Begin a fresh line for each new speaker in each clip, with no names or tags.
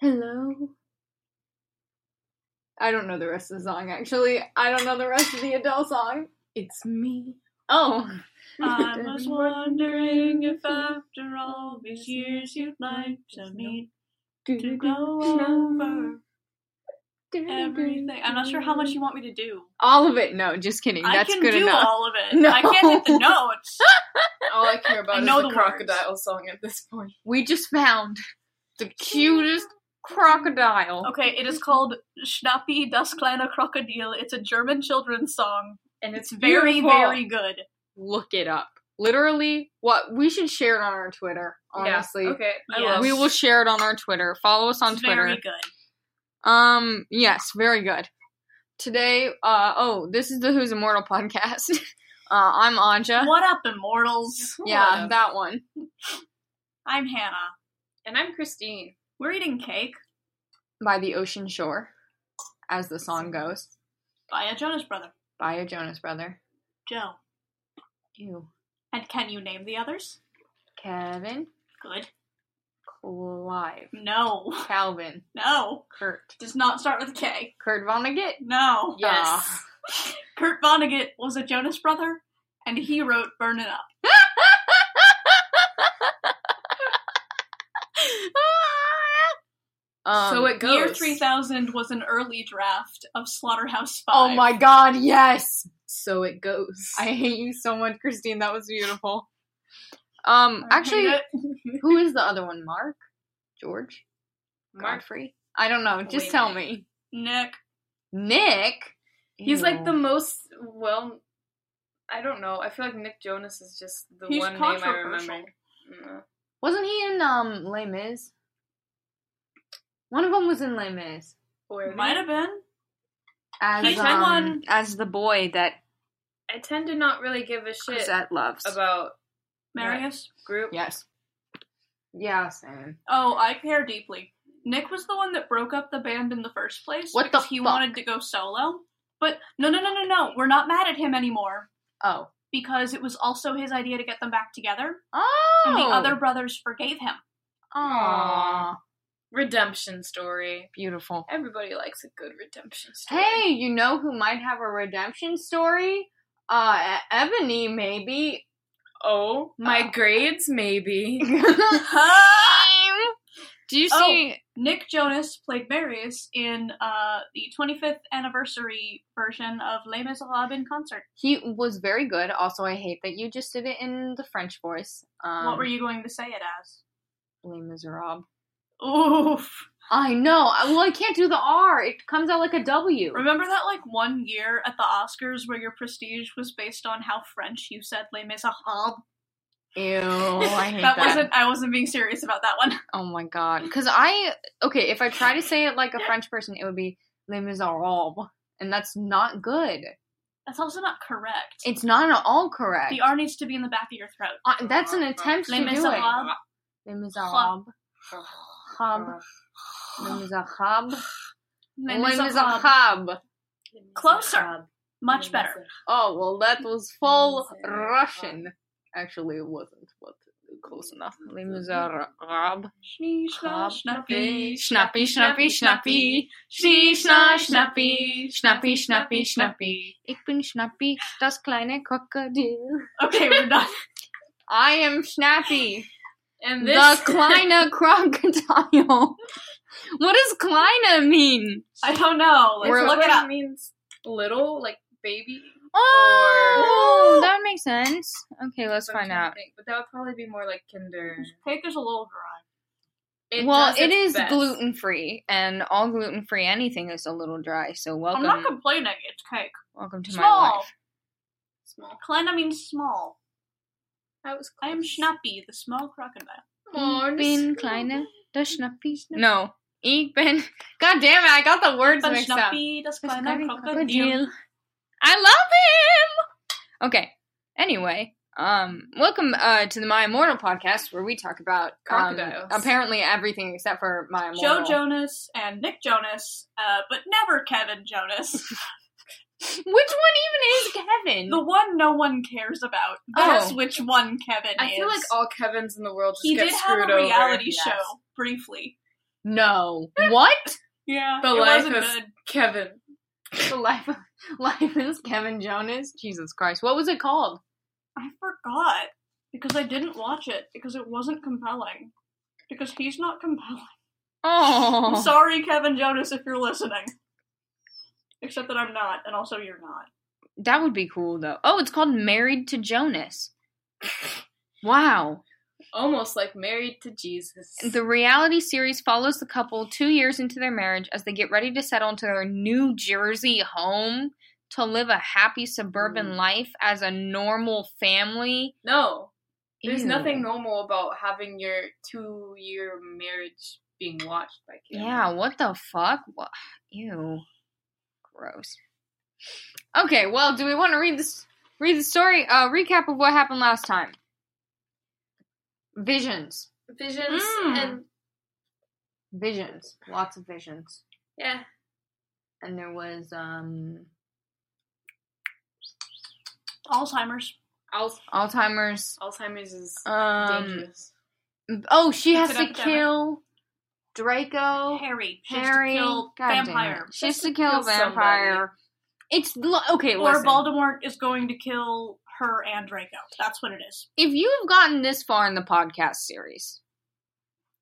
Hello. I don't know the rest of the song actually. I don't know the rest of the Adele song.
It's me.
Oh.
I was wondering if after all these years you'd like to meet to go over everything. I'm not sure how much you want me to do.
All of it. No, just kidding.
I
That's
can
good
do
enough.
all of it.
No.
I can't hit the notes.
All I care about
I
is
know
the,
the
crocodile song at this point.
We just found the cutest crocodile.
Okay, it is called Schnappi das kleine Krokodil. It's a German children's song.
And
It's very,
beautiful.
very good.
look it up. Literally, what we should share it on our Twitter. Honestly,
Yeah, okay. I
Yeah.
love
we will share it on our Twitter. Follow us on
it's
Twitter.
very good.
Um, yes, very good. Today, uh, oh, this is the Who's Immortal podcast. uh, I'm Anja.
What up, immortals?
Yeah, that one.
I'm Hannah.
And I'm Christine.
We're eating cake
By the ocean shore, as the song goes,
by a Jonas brother,
by a Jonas brother.
Joe.
Ew.
And can you name the others?
Kevin,
Good.
Clive,
No.
Calvin,
No.
Kurt,
Does not start with K.
Kurt Vonnegut.
No.
Yes.
Ah.
Kurt Vonnegut was a Jonas brother, and he wrote Burn It Up.
Um,
so it goes.
Year 3000 was an early draft of Slaughterhouse 5.
Oh my god, yes!
So it goes.
I hate you so much, Christine. That was beautiful. Um,
I hate
actually,
it.
who is the other one? Mark? George?
Mark.
Godfrey? I don't know. Just
Wait a
tell
minute.
me.
Nick.
Nick?
He's like the
Ew.
most well. I don't know. I feel like Nick Jonas is just the
He's
one name I remember.
controversial.
Mm.
Wasn't he in um Les Mis? One of them was in Les Mis.
Where
Might have been.
As,
He's in
um,
one.
as the boy that
I tend to not really give a shit
Cosette loves.
about
Marius.
group.
Yes. Yeah, same.
Oh, I care deeply. Nick was the one that broke up the band in the first place
What the
because he
fuck?
wanted to go solo. But no, no, no, no, no. We're not mad at him anymore
Oh.
because it was also his idea to get them back together,
Oh!
and the other brothers forgave him.
Aw.
Redemption story.
Beautiful.
Everybody likes a good redemption story.
Hey, you know who might have a redemption story? Uh, E- Ebony, maybe.
Oh, my
Oh.
grades, maybe.
Same. Do you
Oh.
see?
Nick Jonas played Marius in uh, the 25th anniversary version of Les Miserables in concert.
He was very good. Also, I hate that you just did it in the French voice. Um,
what were you going to say it as?
Les Miserables.
Oof.
I know. I- Well, I can't do the R. It comes out like a W.
Remember that like one year at the Oscars where your prestige was based on how French you said Les Miserables?
Ew. Oh, I hate
that,
that.
wasn't I wasn't being serious about that one.
Oh my god. Because I okay, if I try to say it like a French person, it would be Les Miserables, and that's not good.
That's also not correct.
It's not at all correct.
the R needs to be in the back of your throat.
Uh, that's an attempt
Les
to do it. Um,
Miserables.
Les Miserables. Hub. Les Miserables. Les
Les Miserables.
Miserables. uh,
Closer. Much better.
Oh, well, that was full
Miserables.
Russian. Actually, it wasn't, but close enough. Les Miserables.
Schna, schnappy,
Schnappy, schnappy, schnappy.
Schnie, schna,
schnappy, schnappy, schnappy, schnappy. Ich bin Schnappy, das kleine Krokodil.
Okay, we're done.
I am Schnappy,
And this
the kleine crocodile. What does kleine mean?
I don't know. Let's
We're-
look it up.
means little, like baby.
Oh, that makes sense. Okay, let's
That's what I'm
find
trying to
out.
think, But that would probably be more like Kinder.
Cake is a little dry.
well,
does
it
its
is
best.
gluten free, and all gluten free anything is a little dry. So welcome,
I'm not complaining. It's cake.
welcome to my
Small.
life.
Small.
Klein, I mean small.
That was
I am
close.
Schnappy, the small crocodile.
Ich
Morn.
bin kleine, das Schnappi. No, ich bin. God damn it! I got the words
But
mixed up.
Schnappy, das
Das
kleine
kleine
crocodile.
Krokodil. I love him. Okay. Anyway, um, welcome uh, to the My Immortal podcast, where we talk about um,
Crocodiles.
apparently everything except for My
Joe
Immortal.
Jonas and Nick Jonas, uh, but never Kevin Jonas.
Which one even is Kevin?
the one no one cares about.
Oh.
That's which one Kevin
I
is.
feel like all Kevins in the world just
he
get
did have
screwed
a reality
over.
show briefly.
No. What?
Yeah,
The
it
life
wasn't
is-
good.
Kevin.
the life of life is Kevin Jonas. Jesus Christ. What was it called?
I forgot because I didn't watch it because it wasn't compelling. Because he's not compelling.
Oh.
I'm sorry, Kevin Jonas, if you're listening. Except that I'm not, and also you're not.
That would be cool though. Oh, it's called Married to Jonas. Wow.
Almost like married to Jesus.
The reality series follows the couple 2 years into their marriage as they get ready to settle into their New Jersey home to live a happy suburban
Mm.
life as a normal family.
no. There's
Ew.
nothing normal about having your two year marriage being watched by Kevin.
Yeah, what the fuck? Wha Ew. Gross. Okay, well, do we want to read this read the story uh recap of what happened last time? Visions.
Visions
Mm.
and
Visions. Lots of visions.
yeah,
And there was um
Alzheimer's.
Al-
Alzheimer's.
Alzheimer's is
Um
dangerous.
Oh, she
It's
has
an
to
epidemic.
kill Draco.
Harry. She has to
Oh, Harry.
kill
God damn it.
vampire.
She has to
kill
kill vampire. It's lo- okay,
Or
listen.
Voldemort is going to kill her and Draco. That's what it is.
if you've gotten this far in the podcast series,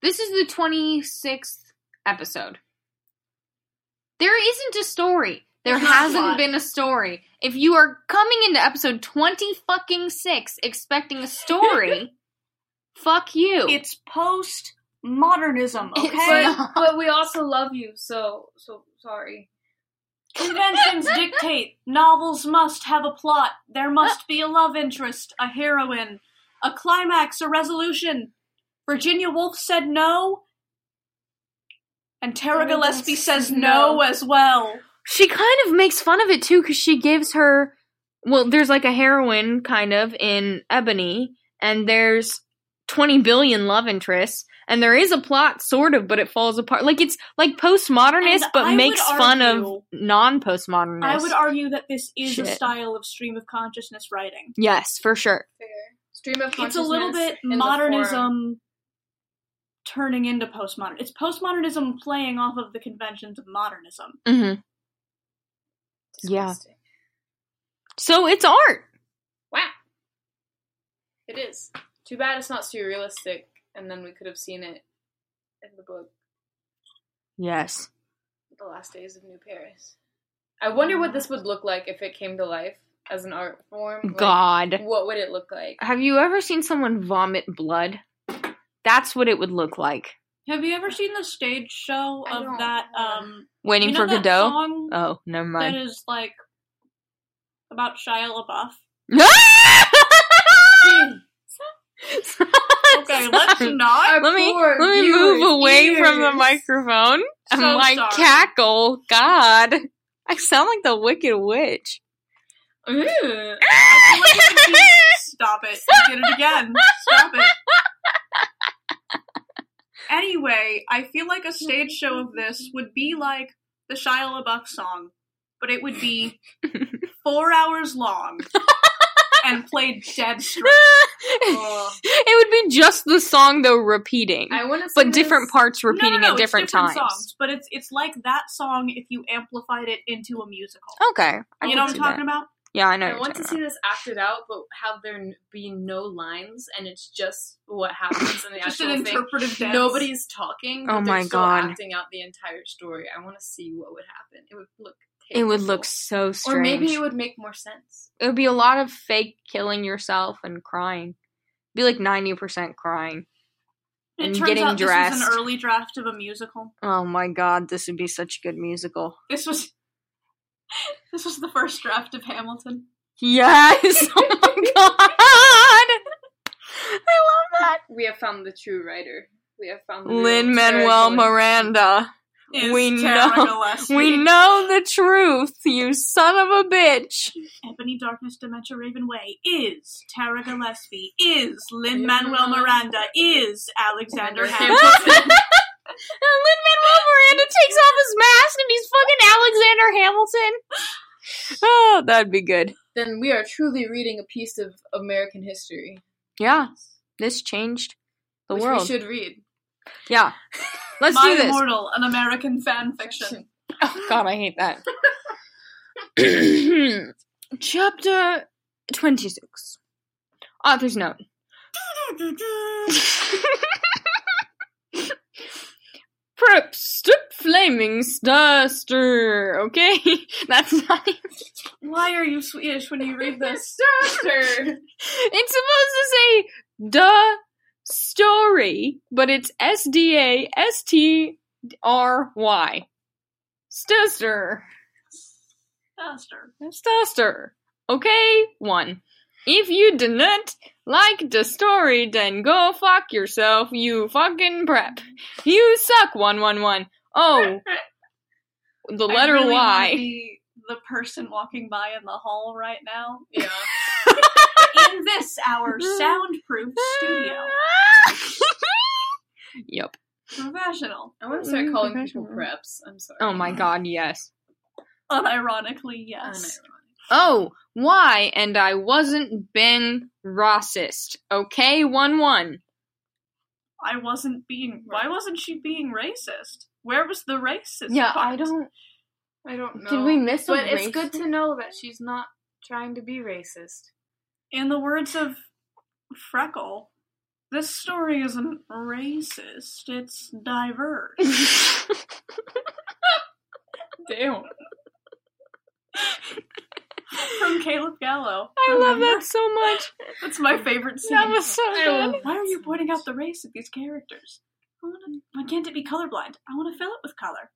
this is the 26th episode. There isn't a story. There
There's not
hasn't
one.
been a story. If you are coming into episode 20 fucking 6 expecting a story, fuck you.
It's post modernism,
Oh. It's
okay?
not-
But we also love you, so so sorry.
Conventions dictate novels must have a plot. There must be a love interest, a heroine, a climax, a resolution. Virginia Woolf said no, and Tara
Oh,
Gillespie says
no.
no as well.
she kind of makes fun of it too because she gives her well there's like a heroine kind of in ebony and there's 20 billion love interests and there is a plot sort of but it falls apart like it's like postmodernist
And
but
I would
makes fun of
argue-
non-postmodernist
I would argue that this is a
Shit.
style of stream of consciousness writing.
yes for sure
Fair. Stream of
It's
consciousness.
a little bit
in the form-
modernism turning into postmodern. It's postmodernism playing off of the conventions of modernism.
hmm Yeah.
Disgusting.
so it's art
Wow. It is. Too bad it's not surrealistic, and then we could have seen it in the book,
yes
The Last Days of New Paris. I wonder what this would look like if it came to life as an art form. Like,
god
What would it look like?
have you ever seen someone vomit blood that's what it would look like
Have you ever seen the stage show
I don't
of that
know.
um
waiting
you know
for
that
godot
song
oh never mind
that is like about Shia LaBeouf? Okay, let's not.
let me
Poor
let me
viewers'
move away from the
ears.
microphone and
So
like
sorry.
cackle. God, I sound like the Wicked Witch. Mm.
Ooh.
Stop it. You did it again. Stop it. Anyway, I feel like a stage show of this would be like the Shia LaBeouf song, but it would be four hours long and played dead straight.
Oh.
it would be just the song though repeating,
I want to
but different parts repeating
No, no, no,
at
it's
different, times.
Songs, but it's it's like that song if you amplified it into a musical.
Okay, Oh, I can
you know what I'm
see
talking about?
That. Yeah, I know. what
I
you're
want to
talking
see this acted out, but have there n- be no lines, and it's just what happens in the
Just
actual
an
thing.
interpretive dance.
Nobody's talking. But
Oh my
they're still
God.
Acting out the entire story. I want to see what would happen. It would look.
about. It would look so
terrible.
strange.
Or maybe it would make more sense.
it would be a lot of fake killing yourself and crying. Be like ninety percent crying.
It
and
turns
getting
out this
dressed.
was an early draft of a musical.
Oh my god, this would be such a good musical.
This was this was the first draft of Hamilton.
Yes! Oh my god! I love that.
We have found the true writer. We have found the real
Lin Manuel
Tara Gillespie.
Miranda.
Is
We
Tara
know-
Gillespie.
We know the truth, you son of a bitch.
Ebony Darkness Dementia Raven Way is Tara Gillespie is Lin Manuel Miranda is Alexander Hamilton.
Hamilton.
Lin Manuel Miranda takes off his mask and he's fucking Alexander Hamilton. Oh, that'd be good.
then we are truly reading a piece of American history,
Yeah, this changed the
which
world.
we should read.
yeah. Let's
My
do this.
Immortal, an American fan fiction.
Oh God, I hate that. Chapter twenty-six. Author's note. Prep, strip, flaming, stir, stir. Okay, that's not.
Why are you Swedish when you read this?
Sure.
It's supposed to say the story, but it's S D A S T R Y. Stister.
Faster.
Stister. Okay, one. If you do not like the story, then go fuck yourself, you fucking prep. You suck, 111. Oh, the
I
letter
really wanna
Y.
be The person walking by in the hall right now
Yeah.
in this our soundproof studio.
yep.
Professional,
I want to start
Mm,
calling people
professional.
preps. I'm sorry.
Oh my god, yes.
unironically,
Unironic.
yes.
Oh, why? And I wasn't Ben Rossist. Okay, 1 1.
I wasn't being. Why wasn't she being racist? Where was the racist? part?
I don't know.
miss
But it's good to know that she's not trying to be racist.
In the words of Freckle, this story isn't racist. It's diverse.
Damn.
From Caleb Gallo.
I love
Remember?
that so much.
That's my favorite scene.
That was so good.
Why are you pointing out the race of these characters? I wanna, why can't it be colorblind? I want to fill it with color.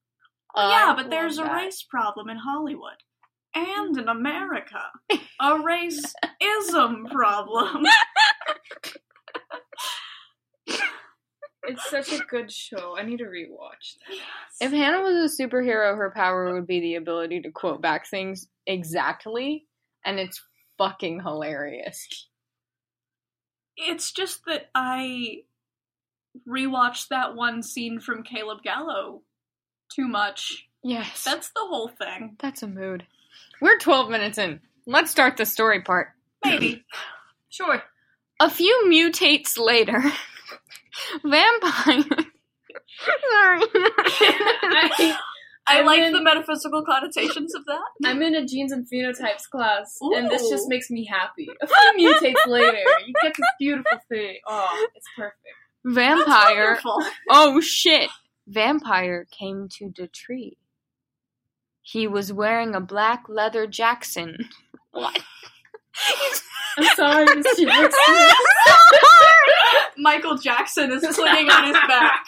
yeah, but there's a race problem in Hollywood. And in America, a racism problem.
It's such a good show. I need to rewatch that.
If Hannah was a superhero, her power would be the ability to quote back things exactly, and it's fucking hilarious.
It's just that I rewatched that one scene from Caleb Gallo too much.
Yes. That's,
That's the whole thing.
that's a mood. We're 12 minutes in. Let's start the story part.
Maybe.
Sure.
A few mutates later, vampire. Sorry.
I,
I
And
like
then-
the metaphysical connotations of that.
I'm in a genes and phenotypes class, and this just
Ooh.
makes me happy. A few mutates later, you get this beautiful thing. Oh, it's perfect.
That's
vampire.
wonderful.
Oh shit! Vampire came to the tree. He was wearing a black leather Jackson. What?
I'm sorry, Mr. Brooks.
Michael Jackson is clinging on his back.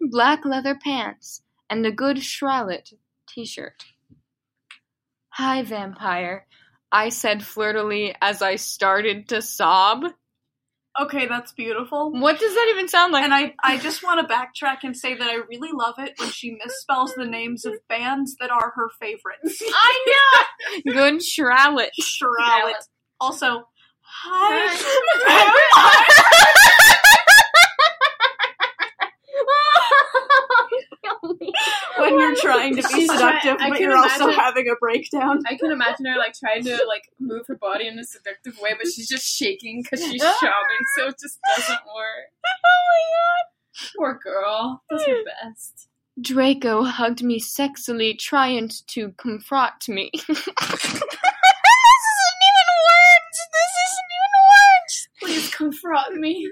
black leather pants and a good Charlotte t-shirt. Hi, vampire. I said flirtily as I started to sob.
Okay, that's beautiful.
What does that even sound like?
And I, I just want to backtrack and say that I really love it when she misspells the names of bands that are her favorites.
I know. Good Charlotte.
Charlotte. Also, hi. When you're trying to be
She's try-
seductive,
I
but
can
you're also
imagine-
having a breakdown.
I can imagine her like trying to like move her body in a seductive way, but she's just shaking because she's sobbing, so it just doesn't work.
Oh
Poor girl, does her best.
Draco hugged me sexily, trying to confront me. this isn't even words. This isn't even words.
Please confront me.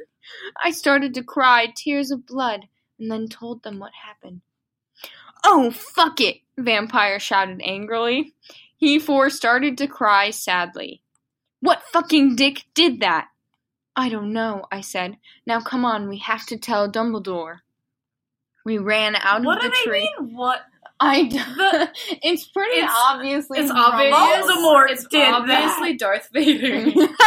I started to cry, tears of blood, and then told them what happened. Oh, fuck it! Vampire shouted angrily. He four started to cry sadly. What fucking dick did that? I don't know, I said. Now come on, we have to tell Dumbledore. We ran out
what
of the
do they
tree.
mean? What?
I don't. It's pretty
It's-
obviously.
It's
from-
obvious.
Voldemort
it's
did that.
obviously Darth Vader.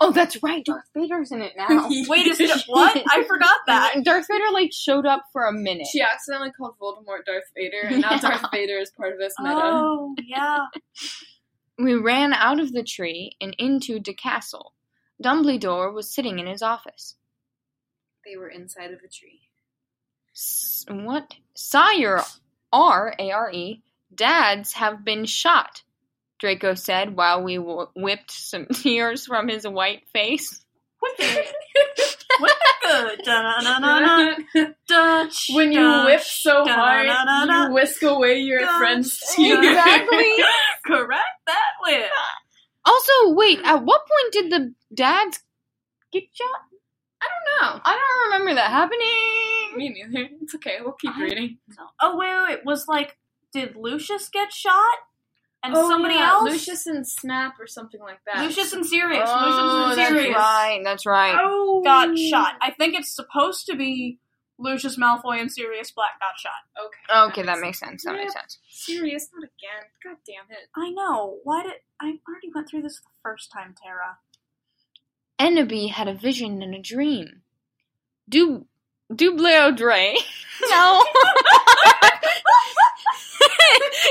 oh, that's right. Darth Vader's in it now.
Wait a second. What? I forgot that.
Darth Vader like showed up for a minute.
She accidentally called Voldemort Darth Vader, and now
Yeah.
Darth Vader is part of this meta.
Oh, yeah.
We ran out of the tree and into the castle. Dumbledore was sitting in his office.
They were inside of a tree.
S- what? Sire, R A R E, dads have been shot, Draco said while we w- whipped some tears from his white face.
Good. Da-na-na-na-na. Dutch.
when you
Dutch.
whip so
Da-na-na-na-na.
hard, you whisk away your
Dutch.
friend's teeth.
Exactly.
Correct that whip.
also, wait, at what point did the dads get shot?
I don't
I don't remember that happening.
know. Me neither. It's okay. We'll keep
I-
reading.
Oh wait, wait, wait. Was like, did Lucius get shot? And somebody
Oh, yeah,
else?
Lucius and Snap or something like that.
Lucius and Sirius.
Oh,
Lucius and
that's
Sirius
right. That's right.
oh.
got shot. I think it's supposed to be Lucius Malfoy and Sirius Black got shot.
Okay.
okay, that makes sense. That makes sense.
Serious, not again. God damn it.
I know. Why did I already went through this the first time, Tara?
Enderby had a vision and a dream. Du Dublio Dre. No.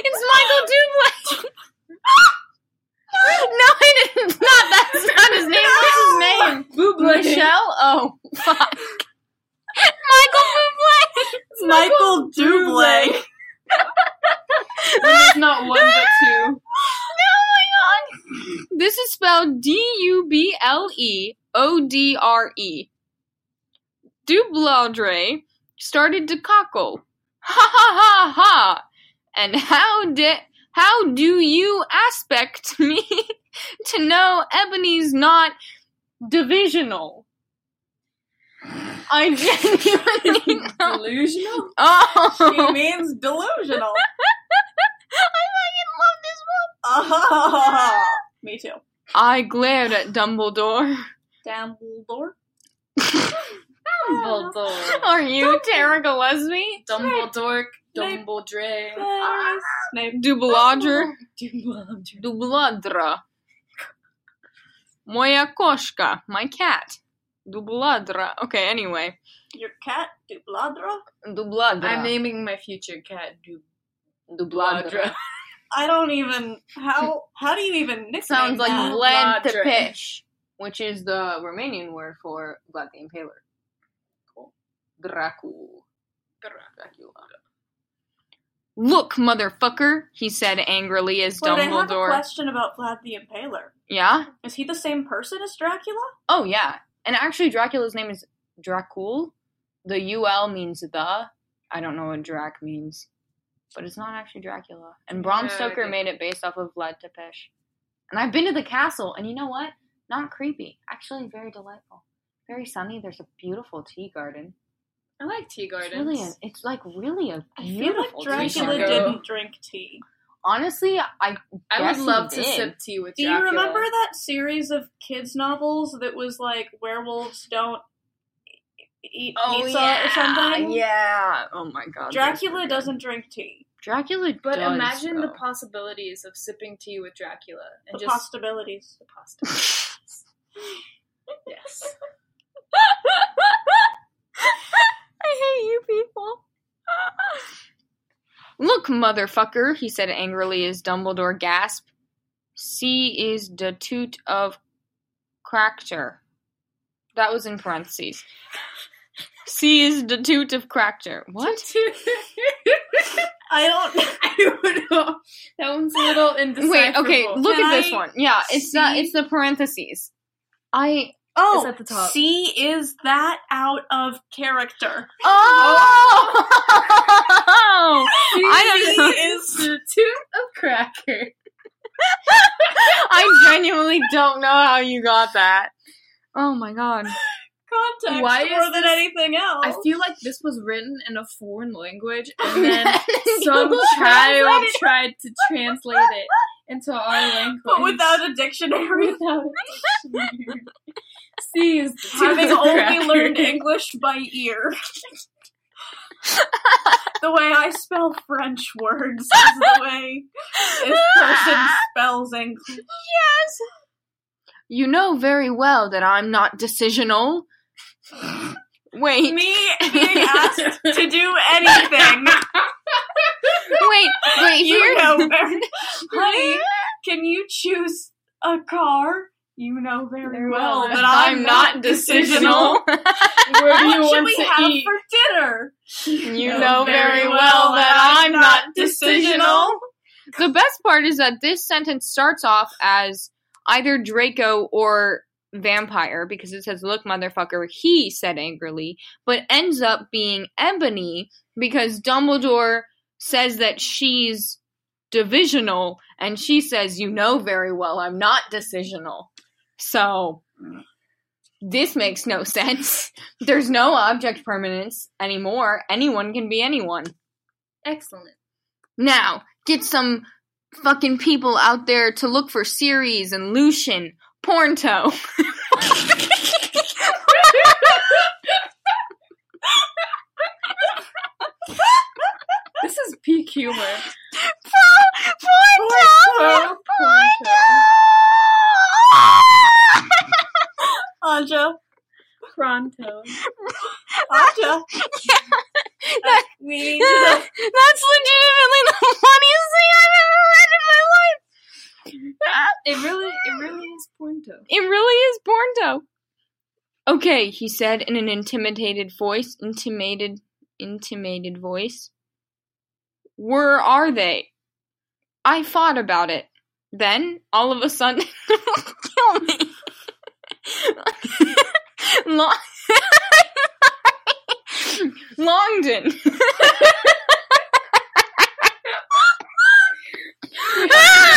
it's Michael Dublé. no, it is not. That's not his name. What's his name?
Buble.
Michelle? Oh, fuck. Michael Bublé.
Michael
Dublé.
Dublé.
There's not one but two.
Oh my god. This is spelled D U B L E O D R E. Dublaudre started to cockle. Ha ha ha ha. And how did how do you aspect me to know Ebony's not divisional? I genuinely know.
Delusional?
He
Oh,
means delusional.
I love this one.
Me too.
I glared at Dumbledore.
Dumbledore.
Dumbledore.
Are you Tara Gillespie?
Dumbledore.
Snape.
Dumbledore.
Snape.
Dubladger.
Dumbledore.
Dubladra. Moja koshka. My cat. Dubladra. Okay, anyway.
Your cat Dubladra.
Dubladra.
I'm naming my future cat
Dubladra.
Dubladra.
I don't even. How how do you even nickname
Sounds like
that?
Vlad
Dubladra.
Tepesh, which is the Romanian word for Vlad the Impaler.
Cool.
Dracu. Dracula. Look, motherfucker, he said angrily as
Wait, I have a
Dumbledore.
question about Vlad the Impaler.
Yeah?
Is he the same person as Dracula?
Oh yeah, and actually, Dracula's name is Dracul. The UL means the. I don't know what Drac means, but it's not actually Dracula. And Bram
Yeah, I
Stoker
get
made it based off of Vlad Tepesh. And I've been to the castle, and you know what? Not creepy. Actually, very delightful. Very sunny. There's a beautiful tea garden.
I like tea
It's
gardens.
really, a, it's like really a
I feel like
beautiful tea
Dracula
garden.
Go.
didn't drink tea.
Honestly, I
I
Yes,
would love
he
to
did.
sip tea with
Do you
Dracula.
remember that series of kids novels that was like werewolves don't e-, eat pizza or something?
Oh, yeah. Oh my god,
Dracula doesn't drink tea.
Dracula,
But
does,
imagine the
though.
possibilities of sipping tea with Dracula and
The
just
possibilities.
the pasta. yes.
I hate you people. Look, motherfucker, he said angrily as Dumbledore gasped. C is the toot of Cracter. That was in parentheses. C is the toot of Cracter. What?
I don't.
I don't know. That one's a little indecipherable.
Wait, okay, look
Can
at this
I
one. Yeah, it's the
see?
it's the parentheses. I
Oh,
at the top.
C is that out of character.
Oh,
C
I don't know.
is
The tooth of cracker.
I genuinely don't know how you got that. Oh my god.
context
Why is
more than anything else.
I feel like this was written in a foreign language and then some
Google
child
Translate it.
tried to translate it into our language.
but without a dictionary.
Without it. C is the tooth
having
of
only
cracker.
learned English by ear. the way I spell French words is the way this person spells English.
You know very well that I'm not decisional. Wait,
Me being asked to do anything.
wait, wait.
You
Here,
know very Honey, can you choose a car? You know very well that I'm, not decisional.
Where do
What
you
should
want
we
to
have
eat?
for dinner?
You know very well that I'm not decisional. The best part is that this sentence starts off as either Draco or vampire because it says, Look, motherfucker, he said angrily, but ends up being Ebony because Dumbledore says that she's divisional and she says, You know very well I'm not decisional. So this makes no sense. There's no object permanence anymore. Anyone can be anyone.
Excellent.
Now, get some fucking people out there to look for Ceres and Lucian, Pornto.
This is peak humor.
Pornto!
Anja.
Pronto.
Anja.
That-
We need to know.
That's legitimately the funniest thing I've ever read in my life.
It really, it really is Pronto.
It really is Borndo. Okay, he said in an intimidated voice. Intimated, intimated voice. Where are they? I thought about it. Then, all of a sudden, kill me. Long- Longden.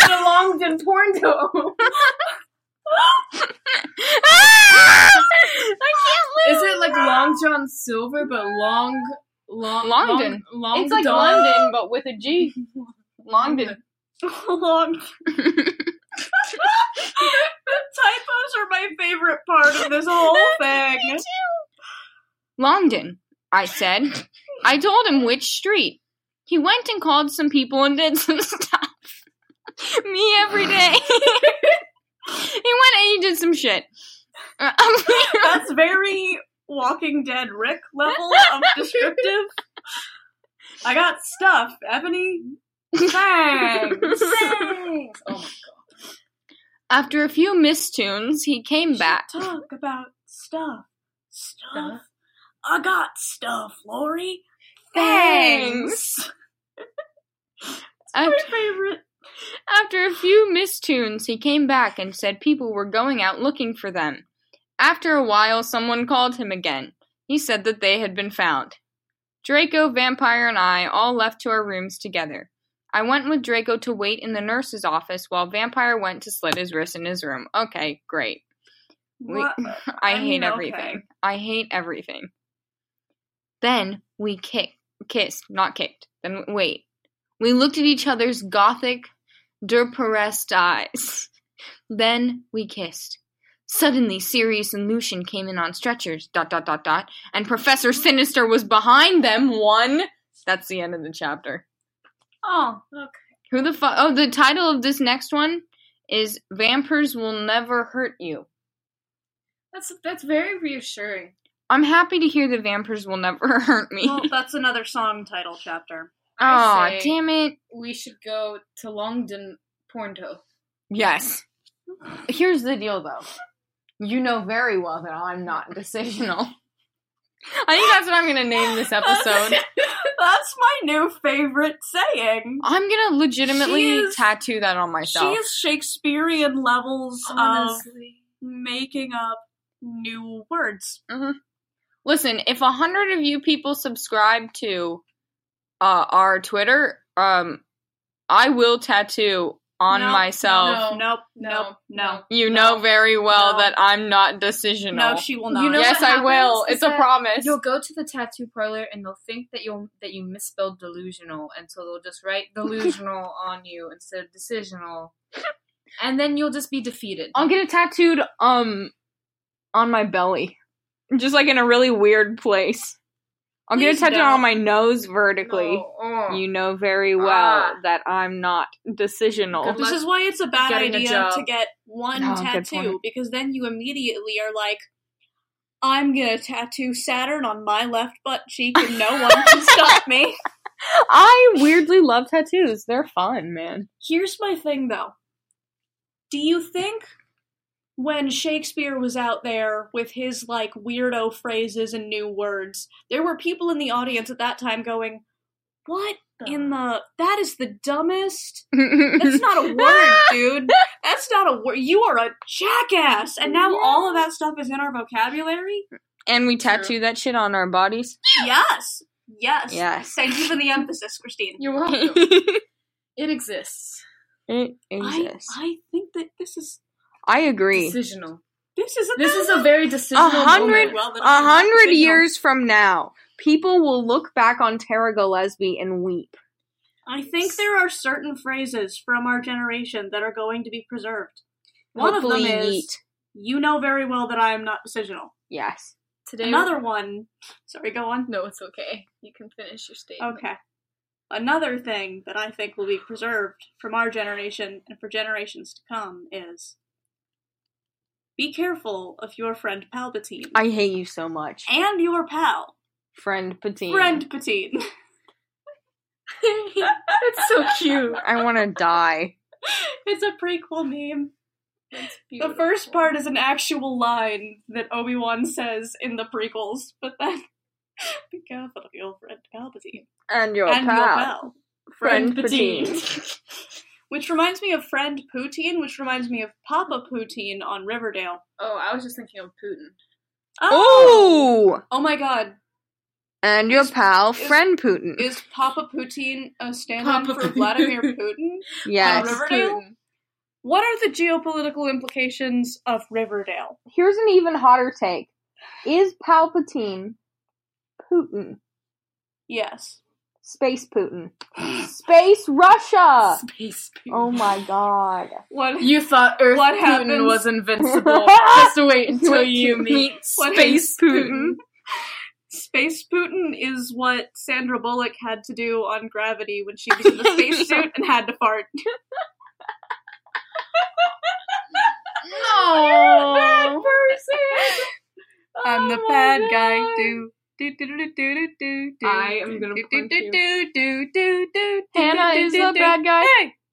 belongs in Pornto.
I can't live.
Is it like Long John Silver, but long, long,
Longdon.
Long, long
it's like
Don?
London, but with a G. Longden.
Long. Typos are my favorite part of this whole thing.
Longden, I said. I told him which street. He went and called some people and did some stuff. Me every day. he went and he did some shit. Uh,
That's very Walking Dead Rick level of descriptive. I got stuff, Ebony. Thanks.
Thanks. Oh my
After a few mistunes, he came back.
Talk about stuff. Stuff. I got stuff, Lori.
Thanks.
My
After,
favorite.
after a few mistunes, he came back and said people were going out looking for them. After a while, someone called him again. He said that they had been found. Draco, Vampire, and I all left to our rooms together. I went with Draco to wait in the nurse's office while Vampire went to slit his wrist in his room. Okay, great. We-
What?
I,
I
hate
mean, okay.
everything. I hate everything. Then we kick, kissed, not kicked. Then wait. We looked at each other's gothic, depressed eyes. Then we kissed. Suddenly, Sirius and Lucian came in on stretchers. Dot dot dot dot. And Professor Sinister was behind them. One. That's the end of the chapter.
Oh,
god.
Who the fuck? Oh, the title of this next one is "Vampires Will Never Hurt You."
That's that's very reassuring.
I'm happy to hear the vampires will never hurt me.
well, that's another song title chapter.
Aw,
I say-
damn it.
We should go to Longden Pornto.
Yes. Here's the deal, though. You know very well that I'm not decisional. I think that's what I'm gonna name this episode.
That's my new favorite saying.
I'm gonna legitimately
She is-
tattoo that on myself.
She is Shakespearean levels of
Honestly.
making up new words.
Listen, if a hundred of you people subscribe to uh, our Twitter, um, I will tattoo on
No,
myself.
No,
nope,
no,
nope, no.
you
no,
know very well
no.
that I'm not decisional.
No, she will
You
not.
know
yes,
what
I will.
happens is
It's a
that
promise.
You'll go to the tattoo parlor and they'll think that you'll that you misspelled delusional, and so they'll just write delusional on you instead of decisional, and then you'll just be defeated.
I'll get it tattooed um on my belly. Just like in a really weird place. I'll get it
Please
tattooed
don't.
on my nose vertically.
No, oh.
You know very well
Ah.
that I'm not decisional.
Good
This
luck
is why it's a bad
getting a
idea
job.
to get one
No, good
tattoo
point.
because then you immediately are like, I'm gonna tattoo Saturn on my left butt cheek and no one can stop me.
I weirdly love tattoos. They're fun, man.
Here's my thing though. Do you think when Shakespeare was out there with his like weirdo phrases and new words, there were people in the audience at that time going, What in the? That is the dumbest. That's not a word, dude. That's not a word. You are a jackass, and now all of that stuff is in our vocabulary.
and we tattoo that shit on our bodies.
Yes, yes,
Yes.
Thank you for the emphasis, Christine.
You're welcome.
it
it exists.
I,
exists.
I think that this is
I, agree.
Decisional.
this is a
This
thing.
is a very decisional.
A hundred-
moment.
well, then
A
I'm not
hundred
decisional.
years from now, people will look back on Tara Gillespie and weep.
I think there are certain phrases from our generation that are going to be preserved. One
Hopefully
of them is,
yeet.
"You know very well that I am not decisional."
Yes.
Today,
Another one. Sorry, go on.
No, it's okay. You can finish your statement.
Okay. Another thing that I think will be preserved from our generation and for generations to come is be careful of your friend Palpatine
I hate you so much.
and your pal,
Friend Patine.
friend Patine.
That's so cute.
I want to die.
it's a prequel name.
That's
The
beautiful.
first part is an actual line that Obi Wan says in the prequels, but then be careful of your friend Palpatine
And your
and
pal.
your Oh, pal,
Friend
Patine.
Patine.
Which reminds me of Friend Poutine, which reminds me of Papa Poutine on Riverdale.
Oh, I was just thinking of Putin.
Ooh!
Oh my god.
And your pal,
is-
friend Putin.
Is Papa Poutine a stand in
Papa
for
Poutine.
Vladimir Putin?
yes.
Riverdale? What are the geopolitical implications of Riverdale?
Here's an even hotter take. Is Palpatine Putin?
Yes.
Space Putin. Space Russia!
Space Putin.
Oh my god.
What
You thought Earth
What
Putin
happens-
was invincible. Just wait until you meet
What
Space
is
Putin.
Space Putin is what Sandra Bullock had to do on Gravity when she was in the spacesuit and had to fart.
No.
I'm the
Oh my
bad guy.
God.
Do do do do do do do do.
I am gonna
do, do,
punch
do,
you.
do, do, do, do, do,
Hannah
do,
is
do,
the
do.
bad guy.
Hey,